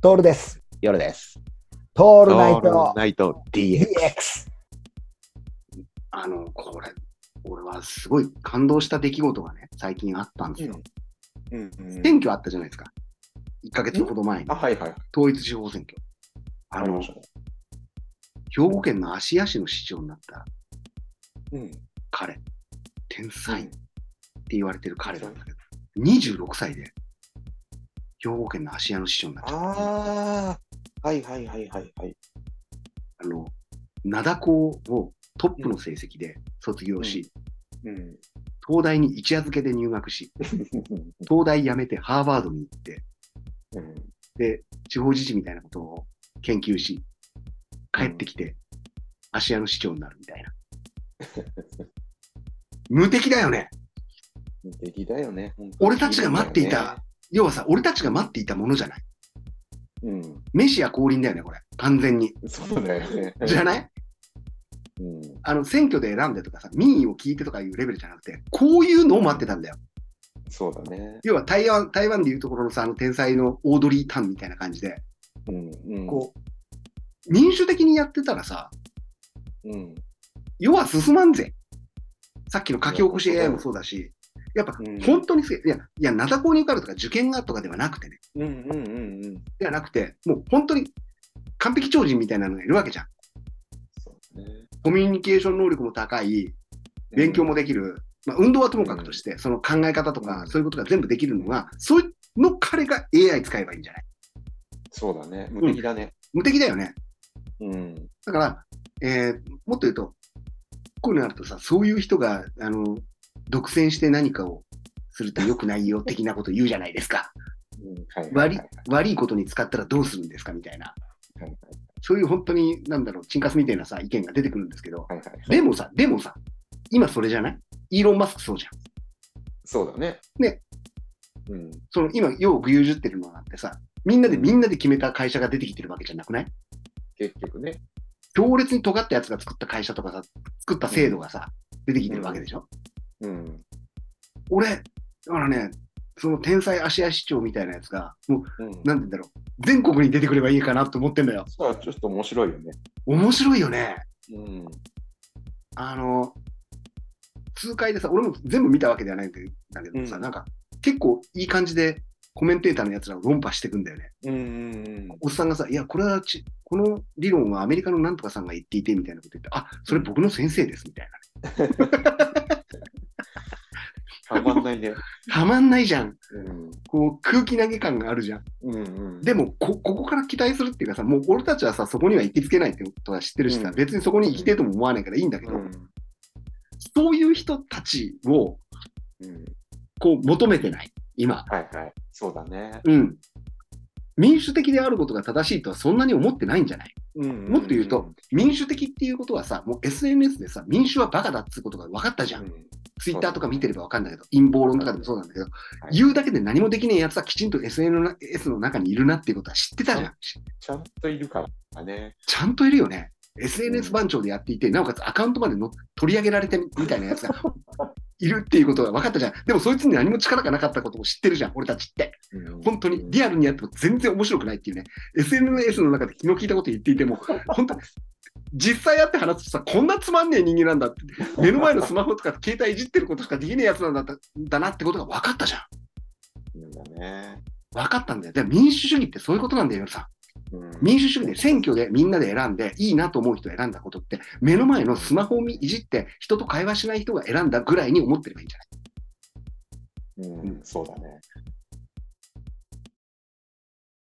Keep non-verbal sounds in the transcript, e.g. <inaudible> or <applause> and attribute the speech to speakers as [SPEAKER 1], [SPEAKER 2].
[SPEAKER 1] トールです。
[SPEAKER 2] 夜です。
[SPEAKER 1] ト
[SPEAKER 2] オ
[SPEAKER 1] ールナイト
[SPEAKER 2] ナイト DX。
[SPEAKER 1] DX。
[SPEAKER 2] あの、これ、俺はすごい感動した出来事がね、最近あったんですよ。
[SPEAKER 3] うんうん
[SPEAKER 2] 選挙あったじゃないですか。1ヶ月ほど前に
[SPEAKER 3] あ、。はいはい。
[SPEAKER 2] 統一地方選挙。あ
[SPEAKER 3] あり
[SPEAKER 2] の
[SPEAKER 3] ま、したね。
[SPEAKER 2] 兵庫県の芦屋市の市長になった
[SPEAKER 3] うん。
[SPEAKER 2] 彼。天才って言われてる彼なんだけど、26歳で、兵庫県の芦屋の市長になっちゃった。
[SPEAKER 3] ああ、はいはいはいはいはい。
[SPEAKER 2] あの、灘高をトップの成績で卒業し、
[SPEAKER 3] うん。
[SPEAKER 2] 東大に一夜漬けで入学し、東大辞めてハーバードに行って、
[SPEAKER 3] うん
[SPEAKER 2] で、地方自治みたいなことを研究し、帰ってきて、芦屋の市長になるみたいな。無敵だよね。
[SPEAKER 3] 無敵だよね。本当に
[SPEAKER 2] 俺たちが待っていた、。要はさ、俺たちが待っていたものじゃない。
[SPEAKER 3] うん。
[SPEAKER 2] メシア降臨だよね、これ。完全に。
[SPEAKER 3] そうだよね。
[SPEAKER 2] じゃない
[SPEAKER 3] うん。
[SPEAKER 2] あの、選挙で選んでとかさ、民意を聞いてとかいうレベルじゃなくて、こういうのを待ってたんだよ。
[SPEAKER 3] そうだね。
[SPEAKER 2] 要は台湾、台湾でいうところのさ、あの天才のオードリー・タンみたいな感じで、
[SPEAKER 3] うん。うん。
[SPEAKER 2] こう、民主的にやってたらさ、
[SPEAKER 3] うん。
[SPEAKER 2] 世は進まんぜ。さっきの書き起こし AI もそうだし、やっぱ
[SPEAKER 3] うん
[SPEAKER 2] 本当にすげえ、いや、いや、灘高に受かるとか受験がとかではなくてね、
[SPEAKER 3] うんうんうんうん。
[SPEAKER 2] ではなくて、もう本当に完璧超人みたいなのがいるわけじゃん。
[SPEAKER 3] そうだね。
[SPEAKER 2] コミュニケーション能力も高い、勉強もできる、まあ、運動はともかくとして、その考え方とか、
[SPEAKER 3] うん
[SPEAKER 2] そういうことが全部できるのが、そういうの彼が AI 使えばいいんじゃない
[SPEAKER 3] そうだね。無敵だね。
[SPEAKER 2] 無敵だよね。
[SPEAKER 3] うん。
[SPEAKER 2] だから、えーもっと言うと、こういうのあるとさ、そういう人が、あの、独占して何かをすると良くない
[SPEAKER 3] <laughs>
[SPEAKER 2] よ的なこと言うじゃないですか。
[SPEAKER 3] うんはいはいはい
[SPEAKER 2] 悪い、悪いことに使ったらどうするんですかみたいな。
[SPEAKER 3] はい
[SPEAKER 2] そういう本当に、なんだろう、チンカスみたいなさ、意見が出てくるんですけど、
[SPEAKER 3] はいはいはい。
[SPEAKER 2] でもさ、でもさ、今それじゃないイーロン・マスクそうじゃん。
[SPEAKER 3] そうだね。
[SPEAKER 2] ね。
[SPEAKER 3] うん。
[SPEAKER 2] その今、ようぐゆうじってるのがあってさ、みんなで、
[SPEAKER 3] うん
[SPEAKER 2] みんなで決めた会社が出てきてるわけじゃなくない
[SPEAKER 3] 結局ね。
[SPEAKER 2] 強烈に尖ったやつが作った会社とかさ、作った制度がさ、出てきてるわけでしょ、
[SPEAKER 3] うん。
[SPEAKER 2] 俺、だからね、その天才芦屋市長みたいなやつが、もう、
[SPEAKER 3] うん。
[SPEAKER 2] なんて言うんだろう、全国に出てくればいいかなと思ってんだよ。
[SPEAKER 3] そうちょっと面白いよね。
[SPEAKER 2] 面白いよね。
[SPEAKER 3] うん。
[SPEAKER 2] あの、痛快でさ、俺も全部見たわけではないんだけどさ、
[SPEAKER 3] うん
[SPEAKER 2] なんか、結構いい感じで、コメンテーターのやつらを論破していくんだよね。
[SPEAKER 3] うんうん
[SPEAKER 2] おっさんがさ、いや、これはち、この理論はアメリカのなんとかさんが言っていて、みたいなこと言って、あ、それ僕の先生です、みたい
[SPEAKER 3] たまんないね。
[SPEAKER 2] な。たまんないじゃん。
[SPEAKER 3] うん。
[SPEAKER 2] こう、空気投げ感があるじゃん。
[SPEAKER 3] うんうん。
[SPEAKER 2] でもこ、ここから期待するっていうかさ、もう俺たちはさ、そこには行きつけないってことは知ってるしさ、
[SPEAKER 3] うん
[SPEAKER 2] 別にそこに行きてえとも思わないからいいんだけど、
[SPEAKER 3] うん
[SPEAKER 2] そういう人たちを、
[SPEAKER 3] うん。
[SPEAKER 2] こう、求めてない、今。
[SPEAKER 3] はいはい。そうだね。
[SPEAKER 2] うん。民主的であることが正しいとはそんなに思ってないんじゃない
[SPEAKER 3] も
[SPEAKER 2] もっと言うと、、民主的っていうことはさ、もう SNS でさ、民主はバカだってことが分かったじゃん。ツイッターとか見てれば分かんないけど、陰謀論とかでもそうなんだけど、
[SPEAKER 3] はい
[SPEAKER 2] 言うだけで何もできねえやつはきちんと SNS の中にいるなっていうことは知ってたじゃん。
[SPEAKER 3] ちゃんといるからね。
[SPEAKER 2] ちゃんといるよね。SNS 番長でやっていて、なおかつアカウントまでの取り上げられてみたいなやつがいるっていうことが分かったじゃん。でもそいつに何も力がなかったことを知ってるじゃん、俺たちって。本当にリアルにやっても全然面白くないっていうね。SNS の中で昨日聞いたこと言っていても、本当実際会って話すとさ、こんなつまんねえ人間なんだって、目の前のスマホとか携帯いじってることしかできねえやつなんだっただなってことが分かったじゃん。
[SPEAKER 3] うんだね。
[SPEAKER 2] 分かったんだよ。でも民主主義ってそういうことなんだよ、夜さん。
[SPEAKER 3] うん
[SPEAKER 2] 民主主義で選挙でみんなで選んでいいなと思う人を選んだことって目の前のスマホをいじって人と会話しない人が選んだぐらいに思ってればいいんじゃない
[SPEAKER 3] うんそうだね。